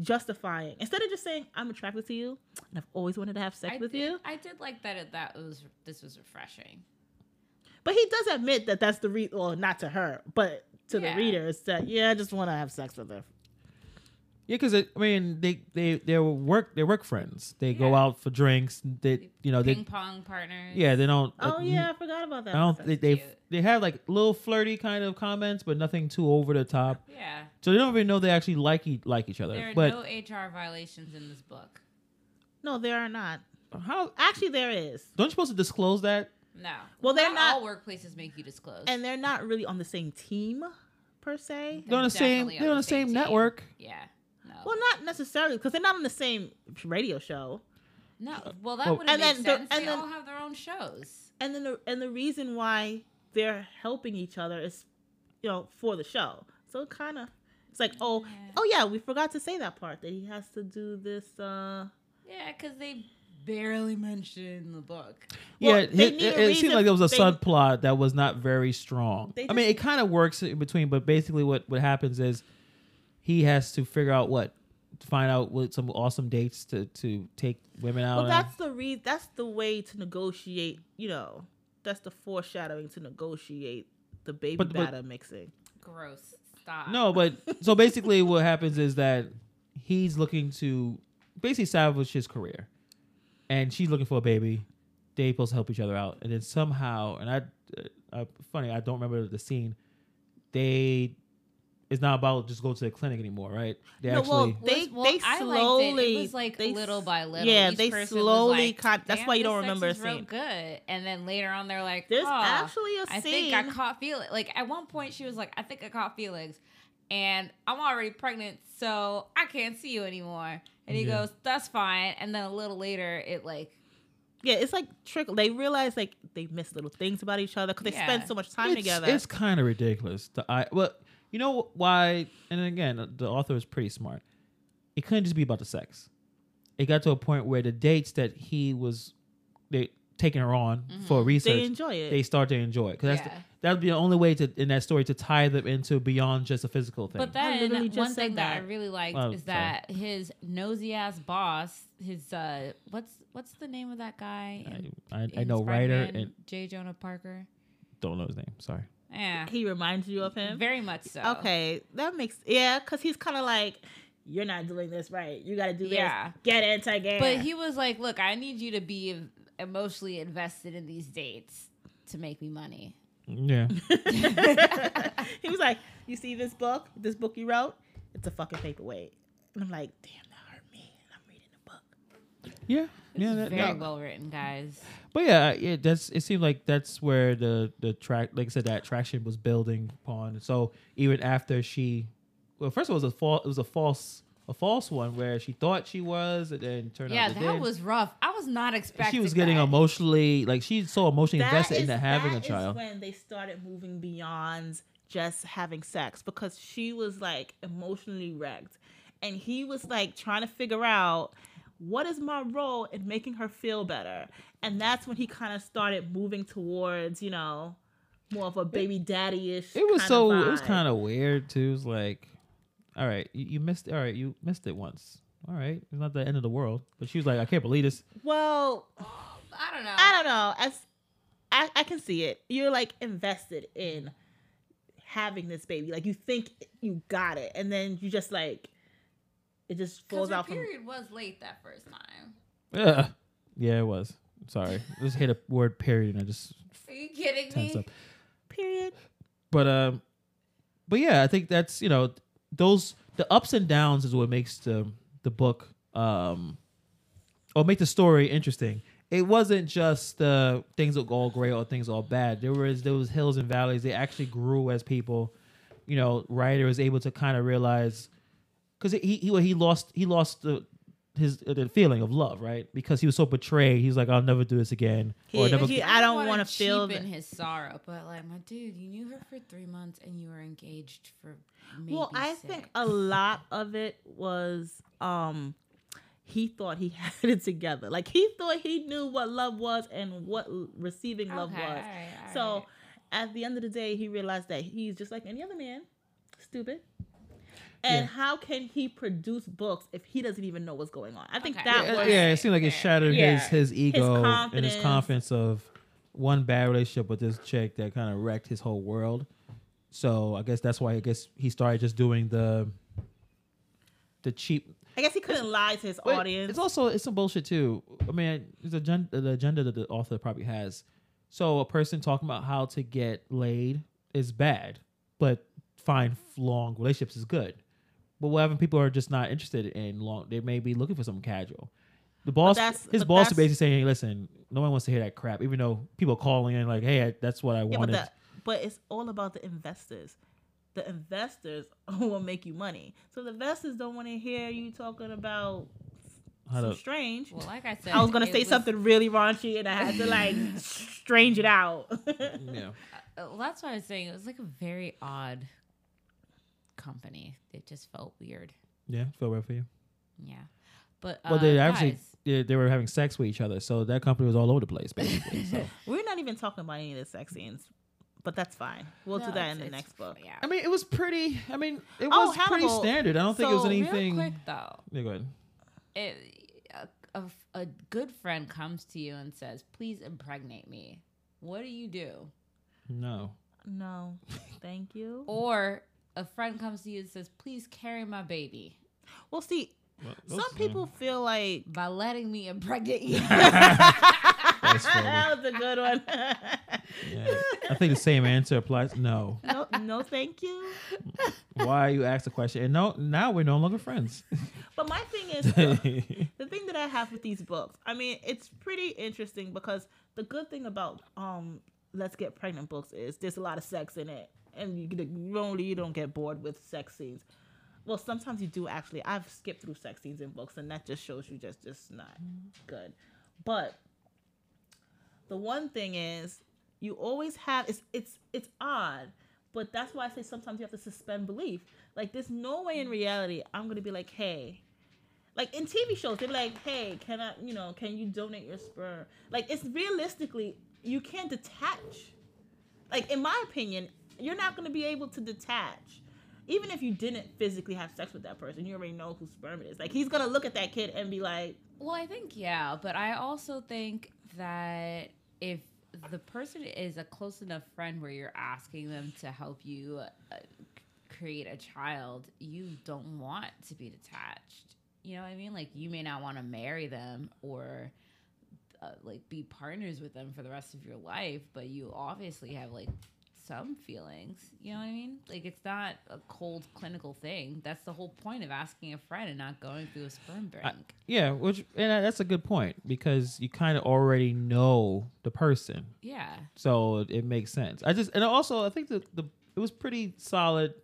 B: justifying instead of just saying I'm attracted to you and I've always wanted to have sex
D: I
B: with
D: did,
B: you.
D: I did like that. It, that was this was refreshing.
B: But he does admit that that's the re well, not to her, but to
D: Yeah.
B: the readers that yeah, I just want to have sex with her.
C: Yeah, because I mean, they they they're work they're work friends. They go
D: Yeah.
C: out for drinks. They you know
D: Ping
C: they
D: pong partners.
C: yeah they don't.
B: Oh
C: like,
B: yeah, I forgot about that.
C: I don't.
B: That's
C: They, they
D: cute.
C: they have like little flirty kind of comments, but nothing too over the top.
D: Yeah.
C: So they don't even know they actually like e- like each other.
D: There are
C: but
D: no HR violations in this book.
B: No, there are not.
C: how
B: Actually, there is,
C: don't you supposed to disclose that?
D: No.
B: Well, they're
D: all workplaces make you disclose.
B: and they're not really on the same team per se.
C: They're on the same.
D: definitely
C: They're on the same,
D: team.
C: network.
D: Yeah. No.
B: Well, not necessarily because they're not on the same radio show.
D: no. Well, that
C: well-
D: wouldn't
B: Oh, And
D: make
B: then the-
D: sense.
B: and
D: they
B: then-
D: all have their own shows.
B: and then the and the reason why they're helping each other is you know for the show so kind of it's like oh
D: Yeah.
B: oh yeah we forgot to say that part that he has to do this uh
D: Yeah, because they barely mention the book.
B: Well,
C: yeah,
B: they
C: it,
B: need
C: it-
B: a
C: it seemed like there was a
B: reason- they-
C: subplot that was not very strong.
B: They
C: I mean, it kind of works in between, but basically, what what happens is he has to figure out what to find out what some awesome dates to to take women out.
B: well
C: on.
B: that's the re that's the way to negotiate you know that's the foreshadowing to negotiate the baby
C: But- but-
B: batter mixing
D: Gross. Stop.
C: no, but so basically, what happens is that he's looking to basically salvage his career, and she's looking for a baby. They supposed to help each other out, and then somehow, and I, uh, funny, I don't remember the scene. They, it's not about just go to the clinic anymore, right? They
B: No, well,
C: actually,
D: Was-
B: They- they
D: I liked it. it
B: slowly-
D: was like
B: they
D: little
B: s-
D: by little.
B: yeah,
D: Each
B: they
D: person was
B: slowly
D: like,
B: con- that's
D: "Damn,
B: why you
D: this
B: don't
D: sex
B: remember a
D: is real
B: scene."
D: Good, and then later on they're like,
B: there's
D: "Oh,
B: actually a
D: I
B: scene
D: think I caught Felix." Like at one point she was like, "I think I caught Felix," and I'm already pregnant, so I can't see you anymore. And he
C: Yeah.
D: goes, "That's fine." And then a little later, it like
B: yeah it's like trick they realize like they miss little things about each other because they spend
D: Yeah.
B: so much time
C: it's,
B: together
C: It's kind of ridiculous. The I well, you know why? And again, the author is pretty smart. It couldn't just be about the sex. It got to a point where the dates that he was they taking her on for research,
B: Mm-hmm. they
C: they,
B: enjoy it
C: start to enjoy it because
D: Yeah.
C: that would be the only way to in that story to tie them into beyond just a physical thing.
D: But
B: I
D: then
B: literally just
D: one
B: said
D: thing that. I
B: that.
D: really liked
C: Oh,
D: is that his nosy ass boss, his uh, what's what's the name of that guy?
C: I,
D: in-
C: I, I
D: in
C: know writer
D: Spider-Man?
C: and
D: J. Jonah Parker.
C: don't know his name. Sorry.
D: Yeah,
B: he reminds you of him
D: very much so.
B: Okay, that makes yeah, because he's kind of like, you're not doing this right. You got to do
D: Yeah.
B: this. Get anti-gay.
D: but he was like, "Look, I need you to be emotionally invested in these dates to make me money."
C: Yeah.
B: he was like, you see this book? This book you wrote? It's a fucking paperweight. And I'm like, damn, that hurt me. And I'm reading the book.
C: Yeah. Yeah. that-
D: very
C: no.
D: well written, guys.
C: But yeah, I- it, that's it seemed like that's where the the track, like I said, that attraction was building upon. So even after she, well, first of all, it was a false, it was a false, a false one where she thought she was, and then turned
D: yeah,
C: out
D: that
C: they did.
D: was rough. I was not
C: And
D: expecting.
C: she was getting
D: that.
C: emotionally, like she's so emotionally
B: That
C: invested
B: is-
C: into having a
B: that is
C: child.
B: when they started moving beyond just having sex because she was like emotionally wrecked, and he was like trying to figure out what is my role in making her feel better, and that's when he kind of started moving towards you know more of a baby daddy ish.
C: it was so, it was kind of weird too. It was like, all right, you, you missed, all right, you missed it once. All right, it's not the end of the world. But she was like, I can't believe this.
B: well.
D: I don't know.
B: I don't know. As I, I can see it. You're like invested in having this baby. Like you think you got it, and then you just like it just falls
D: Because her
B: out from.
D: period was late that first time.
C: Ugh. Yeah, it was. Sorry, I just hit a word period and I just
D: Are you kidding
C: tense
D: me?
C: up.
B: Period.
C: But um, but yeah, I think that's you know those the ups and downs is what makes the the book um or make the story interesting. It wasn't just uh, things look all great or things all bad. There was there was hills and valleys. They actually grew as people. You know, writer was able to kind of realize because he he he lost he lost the his the feeling of love right because he was so betrayed. He was like, I'll never do this again.
B: He-
C: never,
B: he- I don't
D: wanna
B: want to feel
D: cheapen
B: that.
D: his sorrow, but like my dude, you knew her for three months and you were engaged for maybe
B: Well, I
D: six.
B: think a lot of it was um he thought he had it together. Like he thought he knew what love was and what l- receiving love
D: Okay,
B: was.
D: alright, alright.
B: So at the end of the day, he realized that he's just like any other man, stupid. And
C: Yeah.
B: how can he produce books if he doesn't even know what's going on? I think
D: Okay.
B: that
D: Yeah,
B: was
C: yeah, it seemed like it
D: fair.
C: shattered
B: Yeah.
C: his his ego and his
B: confidence.
C: confidence of one bad relationship with this chick that kind of wrecked his whole world. So I guess that's why I guess he started just doing the the cheap.
B: I guess he couldn't lie to his
C: but
B: audience.
C: It's also it's some bullshit too. I mean, it's agenda, the agenda that the author probably has. So a person talking about how to get laid is bad, but fine long relationships is good. But what happened? People are just not interested in long. They may be looking for something casual. The boss,
B: that's-
C: his
B: but
C: boss,
B: that's-
C: are basically saying, "Hey, listen, no one wants to hear that crap." Even though people calling in like, "Hey, I, that's what I
B: yeah, but,
C: wanted."
B: that, but it's all about the investors. The investors will make you money. So the investors don't want to hear you talking about
C: How
B: some
C: to-
B: strange.
D: Well, like I said,
B: I was gonna
D: it
B: say something really raunchy, and I had to like strange it out.
C: yeah,
D: Uh, Well, that's what I was saying. It was like a very odd company. It just felt weird.
C: yeah, feel bad for you.
D: Yeah, but uh,
C: Well, they actually
D: guys,
C: they, they were having sex with each other, so that company was all over the place, basically. so.
B: We're not even talking about any of the sex scenes, but that's fine. We'll
D: no,
B: do that
D: it's-
B: in the
D: it's-
B: next book.
D: Yeah.
C: I mean, it was pretty. I mean, it
B: Oh,
C: was pretty
B: Hannibal.
C: standard. I don't think it was
B: So, real
C: anything.
D: Real quick though,
C: Yeah, go ahead.
D: it, a, a, a good friend comes to you and says, "Please impregnate me." What do you do?
C: No.
B: No, thank you.
D: Oh. Or a friend comes to you and says, "Please carry my baby."
B: Well, see,
C: Well, those-
B: some people feel like
D: by letting me impregnate you.
C: funny.
B: that was a good one.
C: yeah. I think the same answer applies. No.
B: no, no, thank you.
C: Why you asked the question? And no, now we're no longer friends.
B: But my thing is, the thing that I have with these books, I mean, it's pretty interesting because the good thing about um Let's Get Pregnant books is there's a lot of sex in it, and you get- you only you don't get bored with sex scenes. Well, sometimes you do actually. I've skipped through sex scenes in books, and that just shows you just just not good. But the one thing is, you always have it's it's it's odd, but that's why I say sometimes you have to suspend belief. Like there's no way in reality I'm gonna be like, hey, like in TV shows, they're like, "Hey, can I, you know, can you donate your sperm?" Like it's realistically, you can't detach. Like in my opinion, you're not going to be able to detach. Even if you didn't physically have sex with that person, you already know whose sperm it is. Like he's going to look at that kid and be like,
D: well, I think yeah, but I also think that if the person is a close enough friend where you're asking them to help you uh, create a child, you don't want to be detached. You know what I mean? Like you may not want to marry them or uh, like be partners with them for the rest of your life, but you obviously have like some feelings. You know what I mean? Like it's not a cold clinical thing. That's the whole point of asking a friend and not going through a sperm bank.
C: yeah, which and that's a good point because you kind of already know the person,
D: yeah.
C: so it, it makes sense. I just and also I think the the it was pretty solid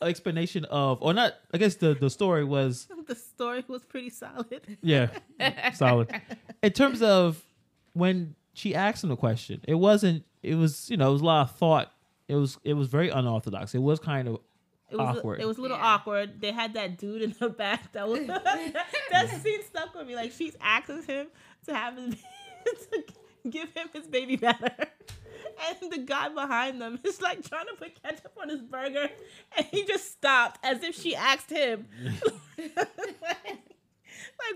C: explanation of or not. I guess the the story was
B: "The story was pretty solid."
C: Yeah, solid. In terms of when she asked him the question, it wasn't. It was you know it was a lot of thought. It was it was very unorthodox. It was kind of
B: It was
C: Awkward.
B: it was a little
D: Yeah.
B: awkward. They had that dude in the back that was that scene stuck with me. Like she's asking him to have his to give him his baby batter. And the guy behind them is like trying to put ketchup on his burger and he just stopped as if she asked him. like,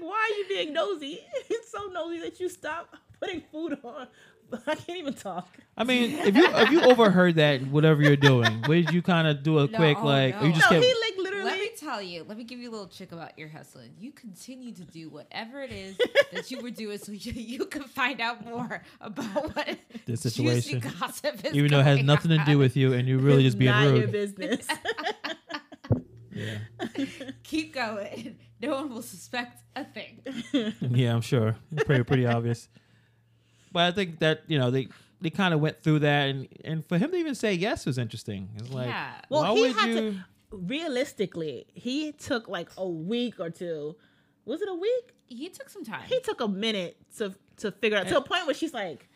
B: why are you being nosy? It's so nosy that you stop putting food on. I can't even talk.
C: I mean, if you if you overheard that, whatever you're doing, would you kind of do a
D: No,
C: quick like? or you
D: no.
C: just
B: No,
C: kept,
B: he like literally
D: Let me tell you, let me give you a little trick about ear hustling. You continue to do whatever it is that you were doing so you, you can find out more about what
C: The
D: juicy
C: situation.
D: gossip is
C: even though it has
D: going
C: nothing to do
D: on.
C: with you, and you're really
B: "It's
C: just being
B: not your
C: rude.
B: business.
C: Yeah,
D: Keep going. No one will suspect a thing.
C: yeah, I'm sure. Pretty pretty obvious. But I think that you know they they kind of went through that, and and for him to even say yes was interesting. It's like,
D: Yeah.
B: Well,
C: why
B: he
C: would
B: had to-
C: you?
B: realistically, he took like a week or two. Was it a week?
D: He took some time.
B: He took a minute to to figure out to a point where she's like,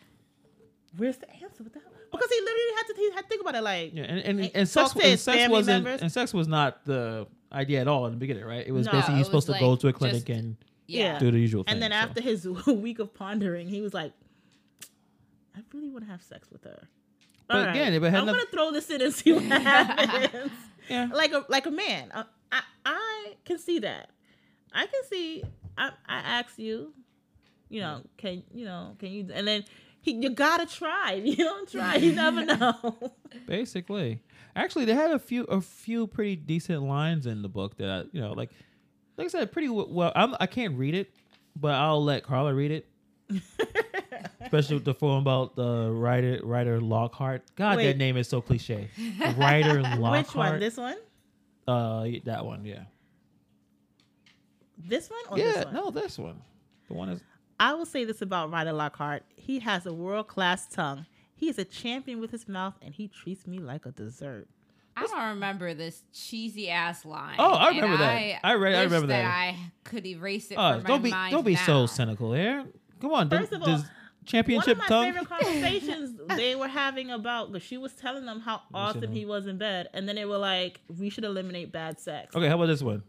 B: "Where's the answer?" Without because he literally had to he had to think about it like
C: Yeah, and and,
B: And
C: and
B: talk
C: sex,
B: to
C: and
B: his
C: sex
B: family
C: wasn't
B: members.
C: and sex was not the idea at all in the beginning, right? It was
B: No,
C: basically
D: it
C: he's
D: was
C: supposed to go
D: like
C: to a clinic
D: just-
C: and
B: yeah.
C: do the usual thing.
B: And then
C: so.
B: after his week of pondering, he was like, "I really want to have sex with her." All
C: But
B: right.
C: again, if it had
B: I'm
C: noth-
B: gonna throw this in and see what happens.
C: Yeah.
B: Like a like a man, I, I I can see that. I can see. I I ask you, you
C: Mm.
B: know, can you know can you? And then he, you gotta try. If you don't try, you never know.
C: Basically, actually, they had a few a few pretty decent lines in the book that I, you know, like like I said, pretty w- well. I'm, I can't read it, but I'll let Carla read it. Especially with the form about the writer writer Lockhart. God,
B: Wait.
C: that name is so cliche. Writer Lockhart.
B: Which one? This one?
C: Uh, that one. Yeah.
B: This one or Oh,
C: yeah.
B: this one?
C: No, this one. The one is.
B: I will say this about Ryder Lockhart. He has a world class tongue. He is a champion with his mouth and he treats me like a dessert.
D: I don't remember this cheesy ass line.
C: Oh, I
D: and
C: remember that. I read- I
D: wish
C: remember that.
D: I could erase it
C: Uh,
D: from my
C: don't be
D: mind.
C: don't be so
D: now.
C: cynical here. Come on.
B: First
C: does-
B: of all,
C: does championship
B: One of my
C: tongue.
B: favorite conversations they were having about, but she was telling them how often
C: shouldn't.
B: he was in bed, and then they were like, "We should eliminate bad sex."
C: Okay, how about this one?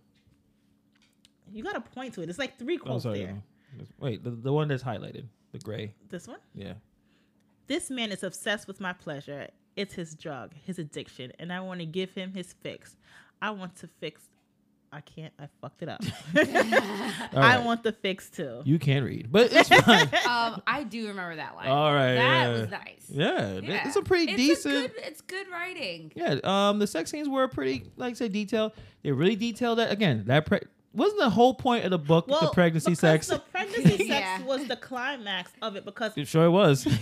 B: You got to point to it. It's like three
C: Oh,
B: quotes
C: sorry.
B: there.
C: no. Wait, the, the one that's highlighted, the gray.
B: This one.
C: Yeah.
B: This man is obsessed with my pleasure. It's his drug, his addiction, and I want to give him his fix. I want to fix. I can't. I fucked it up. I
C: right.
B: want the fix too.
C: You can read, but it's fine.
D: Um, I do remember that line.
C: All right.
D: that
C: yeah.
D: was nice.
C: Yeah, th-
D: Yeah.
C: it's a pretty
D: It's,
C: decent.
D: good, it's good writing.
C: Yeah, um, the sex scenes were pretty, like I said, detailed. They really detailed that again. That pre- wasn't the whole point of the book, the pregnancy
B: because
C: sex.
B: The pregnancy
D: Yeah.
B: sex was the climax of it because
C: It sure was.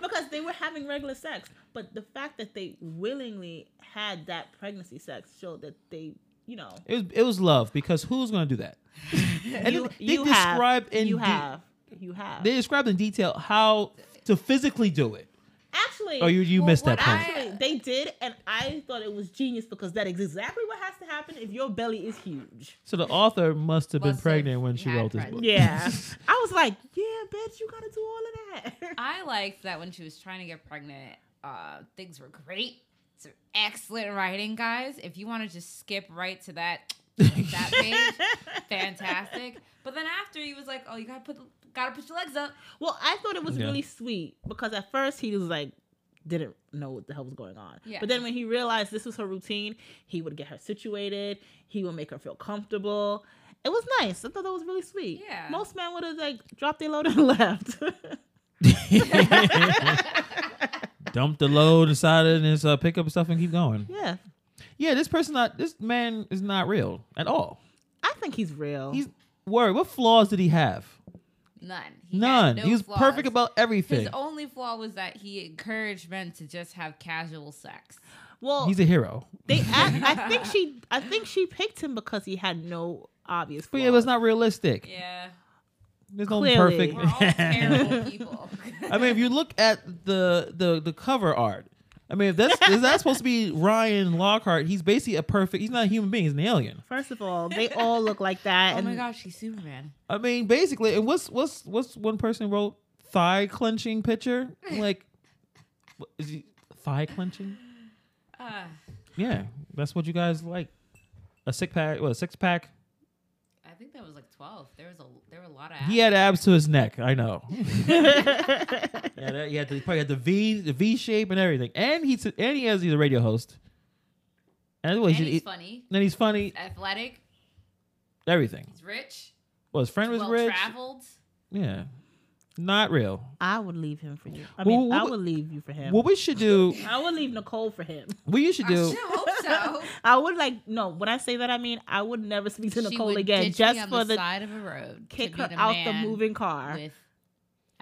B: because they were having regular sex, but the fact that they willingly had that pregnancy sex showed that they, you know,
C: it was. It was love because who's gonna do that? And
B: you,
C: they
B: you
C: describe
B: have,
C: in
B: you
C: de-
B: have, you have.
C: They described in detail how to physically do it.
B: actually,
C: Oh, you you
D: Well,
C: missed
D: what
C: that part.
D: I-
B: actually, they did, and I thought it was genius because that is exactly what has to happen if your belly is huge.
C: so the author must have been
D: Must have
C: pregnant when she
D: had
C: wrote this book.
D: pregnancy.
B: Yeah, I was like, yeah, bitch, you gotta do all of that.
D: I liked that when she was trying to get pregnant, uh, things were great. Some excellent writing, guys. If you want to just skip right to that that page, fantastic. But then after he was like, "Oh, you gotta put gotta put your legs up."
B: Well, I thought it was
C: Yeah.
B: really sweet because at first he was like, didn't know what the hell was going on.
D: Yeah.
B: But then when he realized this was her routine, he would get her situated. He would make her feel comfortable. It was nice. I thought that was really sweet.
D: Yeah.
B: Most men would have like dropped their load and left.
C: Dump the load aside and just uh, pick up stuff and keep going.
B: yeah.
C: Yeah, this person not this man is not real at all.
B: I think he's real.
C: He's worried. What flaws did he have?
D: None. He had
C: None.
D: no
C: he was
D: flaws.
C: perfect about everything.
D: His only flaw was that he encouraged men to just have casual sex.
B: well,
C: He's a hero.
B: they. I, I think she. I think she picked him because he had no obvious.
C: But
B: Flaws.
C: yeah, it was not realistic.
D: Yeah,
C: There's no
B: Clearly.
C: perfect.
D: we're all terrible people.
C: I mean, if you look at the the the cover art, I mean, if that's is that supposed to be Ryan Lockhart? He's basically a perfect. He's not a human being. He's an alien.
B: First of all, they all look like that.
D: oh
B: and
D: my gosh, he's Superman.
C: I mean, basically, and what's what's what's one person wrote thigh clenching picture like what, is he thigh clenching?
D: Uh,
C: Yeah, that's what you guys like. A six pack, well, a six pack.
D: I think that was like twelve. There was a there were a lot of. Abs.
C: He had abs to his neck. I know. yeah, that, he had the, he probably had the V, the V shape, and everything. And he's and he has he's a radio host. And, well,
D: And
C: he should
D: he's
C: eat-
D: funny,
C: and he's funny.
D: athletic.
C: Everything.
D: He's rich.
C: Well, his friend was
D: well
C: rich.
D: traveled.
C: Yeah, not real.
B: I would leave him for you. I
C: Well,
B: mean,
C: what
B: I
C: would-
B: would leave you for him.
C: What we should do,
B: I would leave Nicole for him.
C: what you should
D: I
C: do.
D: should hope so.
B: I would like no. When I say that, I mean I would never speak to
D: She
B: Nicole
D: would
B: again,
D: ditch me
B: just
D: on
B: for the,
D: side of a road. to
B: kick
D: be
B: her
D: the
B: out the
D: man
B: moving car.
D: With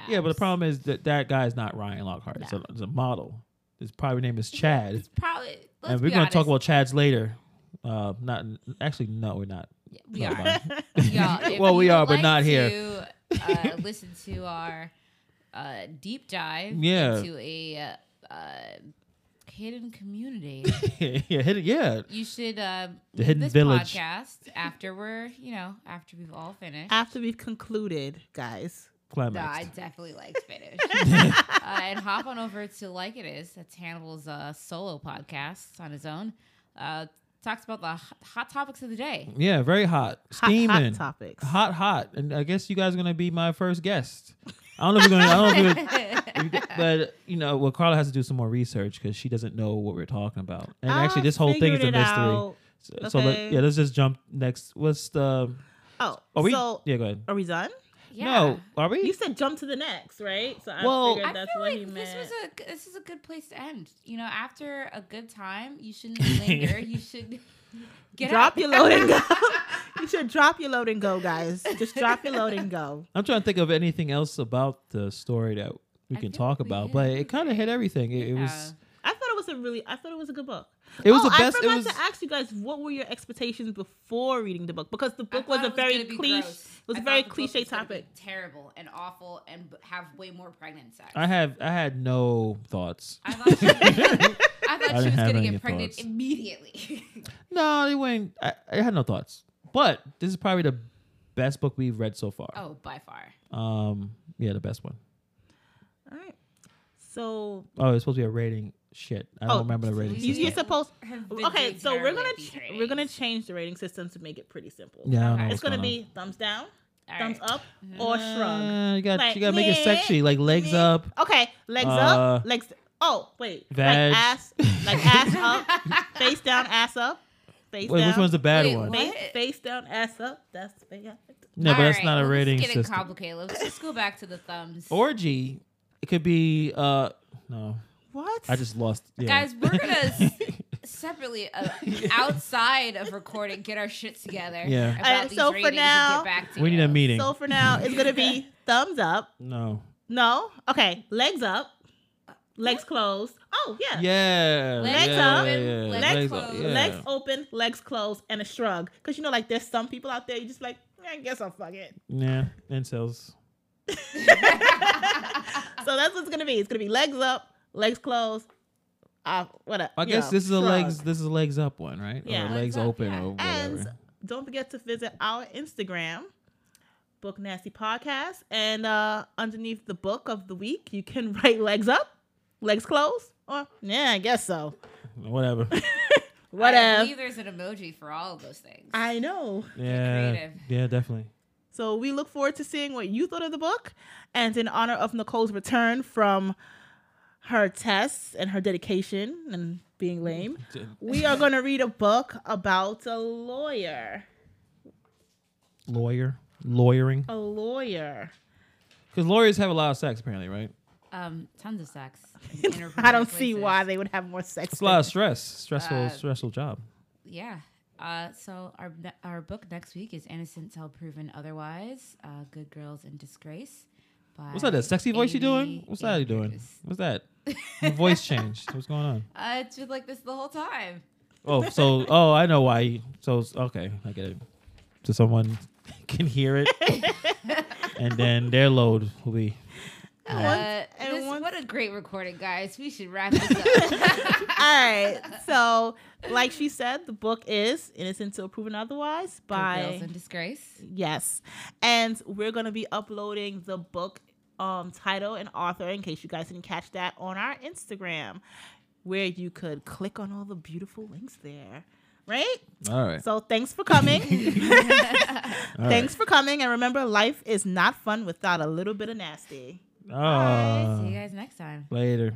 C: Yeah, but the
D: abs.
C: problem is that that guy's not Ryan Lockhart. It's, a, it's a model. His private name is Chad,
D: It's probably. Let's
C: and we're
D: be
C: gonna talk
D: honest.
C: about Chads later. Uh, not actually, no, we're not.
D: We
C: Never
D: are.
C: mind.
D: Y'all, if
C: Well, we
D: you would
C: are, but
D: like
C: not here.
D: To, uh, listen to our uh, deep dive
C: Yeah.
D: into a uh, uh, hidden community.
C: yeah, hit it. Yeah,
D: you should uh,
C: The hidden
D: this
C: village.
D: podcast after we're you know after we've all finished.
B: after we've concluded, guys.
D: No, I
C: climax.
D: definitely like Spanish. uh, and hop on over to Like It Is. That's Hannibal's uh, solo podcast on his own. Uh, talks about the hot, hot topics of the day.
C: Yeah, very hot,
B: Hot, hot
C: steaming,
B: topics.
C: hot, hot. And I guess you guys are gonna be my first guest. I don't know if we're gonna. I don't know if we're gonna but you know, well, Carla has to do some more research because she doesn't know what we're talking about. And actually,
B: I
C: this whole thing is
B: figured
C: a
B: it
C: mystery.
B: out.
C: So, so let,
B: Okay.
C: yeah, let's just jump next. What's the?
B: Oh,
C: Are we?
B: so
C: yeah, go ahead.
B: are we done?
D: yeah.
C: No, are we?
B: You said jump to the next, right? So I
C: Well-
B: figured
D: I
B: that's
D: feel
B: what
D: like
B: he meant.
D: this was a g- this is a good place to end. You know, after a good time, you shouldn't linger. you should get
B: drop
D: out.
B: your load and go. you should drop your load and go, guys. Just drop your load and go.
C: I'm trying to think of anything else about the story that we
D: I
C: can
D: feel
C: talk
D: like we
C: about,
D: hit
C: but it kind of hit everything. It, it was.
B: I thought it was a really. I thought it was a good book.
C: It was
B: oh,
C: the best.
B: I
C: It
B: forgot
C: was.
B: to ask you guys what were your expectations before reading the book because the book was a
D: thought it
B: very
D: gonna be
B: cliche.
D: gross.
B: It was
D: I
B: a
D: thought
B: very
D: the book
B: cliche
D: was gonna be
B: topic.
D: terrible and awful, and b- have way more pregnant sex.
C: I have. I had no thoughts.
D: I thought she, I thought
C: I
D: she
C: didn't
D: was
C: have
D: gonna
C: any
D: get pregnant
C: thoughts.
D: immediately.
C: No, they went. I, I had no thoughts. But this is probably the best book we've read so far.
D: oh, by far.
C: Um. Yeah, the best one.
B: All right. So
C: Oh, it's supposed to be a rating. Shit, I don't
B: Oh,
C: remember the rating.
D: you-
B: you,
C: system.
B: you're
D: Yeah.
B: supposed.
D: Have been
B: Okay,
D: doing
B: so we're
D: terribly
B: gonna
D: at these
B: ch- we're
D: ratings.
B: gonna change the rating system to make it pretty simple.
C: Yeah, I don't know
D: Okay.
C: what's
B: It's gonna
C: going on.
B: be thumbs down,
D: All
B: thumbs
D: right.
B: up, or shrug.
C: Uh, you got
B: Like,
C: you got to make it
B: meh,
C: sexy, like legs
B: meh.
C: up,
B: Okay, legs
C: Uh,
B: up, legs. Oh wait,
C: vag.
B: like ass, like ass up, face down, ass up, face
C: Wait,
B: down.
C: which one's the bad
D: Wait,
C: one?
D: what?
B: Face, face down, ass up. That's the thing.
C: No, but
D: All
C: that's
D: right,
C: not a
D: well, this is
C: rating
D: Getting
C: system. Oh,
D: complicated. Let's just go back to the thumbs.
C: Orgy. It could be. uh No,
B: What?
C: I just lost. Yeah.
D: Guys, we're gonna s- separately uh, outside of recording get our shit together.
C: Yeah.
D: about
B: Uh,
D: these
B: so for
D: ratings and
B: now-
D: get back to
C: we need
D: you.
C: a meeting.
B: So for now, it's gonna be thumbs up.
C: no.
B: No, okay, legs up, legs closed. Oh yeah,
C: Yeah.
D: Legs
C: yeah,
B: up,
C: yeah, yeah,
D: legs closed.
C: yeah.
B: legs open, legs closed, and a shrug. Cause you know, like there's some people out there you just like. I guess I'll fuck it.
C: Yeah. Incels.
B: So that's what's gonna be. It's gonna be legs up, legs closed. Uh, what a,
C: I
B: you
C: guess
B: know,
C: this is a
B: shrug.
C: legs. This is a legs up one, right?
B: Yeah.
C: Or
B: Legs
C: legs
D: up,
C: open
D: yeah.
C: or
B: And
C: whatever.
B: don't forget to visit our Instagram, Book Nasty Podcast. And uh, underneath the book of the week, you can write legs up, legs closed, or yeah, I guess so.
C: Whatever.
D: I
B: Whatever.
D: believe there's an emoji for all of those things.
B: I know.
C: Yeah.
D: creative.
C: Yeah. Definitely.
B: So we look forward to seeing what you thought of the book. And in honor of Nicole's return from her tests and her dedication and being lame, we are going to read a book about a lawyer.
C: Lawyer. Lawyering.
D: Oh.
B: A lawyer.
C: Because lawyers have a lot of sex, apparently, right?
D: um, tons of sex. Oh,
B: I don't see why they would have more sex.
C: It's a lot
B: than-
C: of stress. Stressful.
D: Uh,
C: stressful job.
D: Yeah. Uh, so our ne- our book next week is Innocent Till Proven Otherwise: uh, Good Girls in Disgrace. By
C: What's that? That sexy voice you doing?
D: Amy
C: What's that you doing?
D: Andrews.
C: What's that? Your voice changed. What's going on?
D: Uh, it's been like this the whole time.
C: Oh, so oh, I know why. So okay, I get it. So someone can hear it, and then their load will be.
D: Uh,
B: and
D: this,
B: once-
D: what a great recording, guys. We should wrap this up.
B: All right. So, like she said, the book is Innocent Until Proven Otherwise
D: Girls
B: by
D: in Disgrace.
B: Yes. And we're going to be uploading the book um, title and author in case you guys didn't catch that on our Instagram, where you could click on all the beautiful links there. Right?
C: All right.
B: So, thanks for coming.
C: all right.
B: Thanks for coming. And remember, life is not fun without a little bit of nasty.
C: Ah,
D: See you guys next time.
C: later.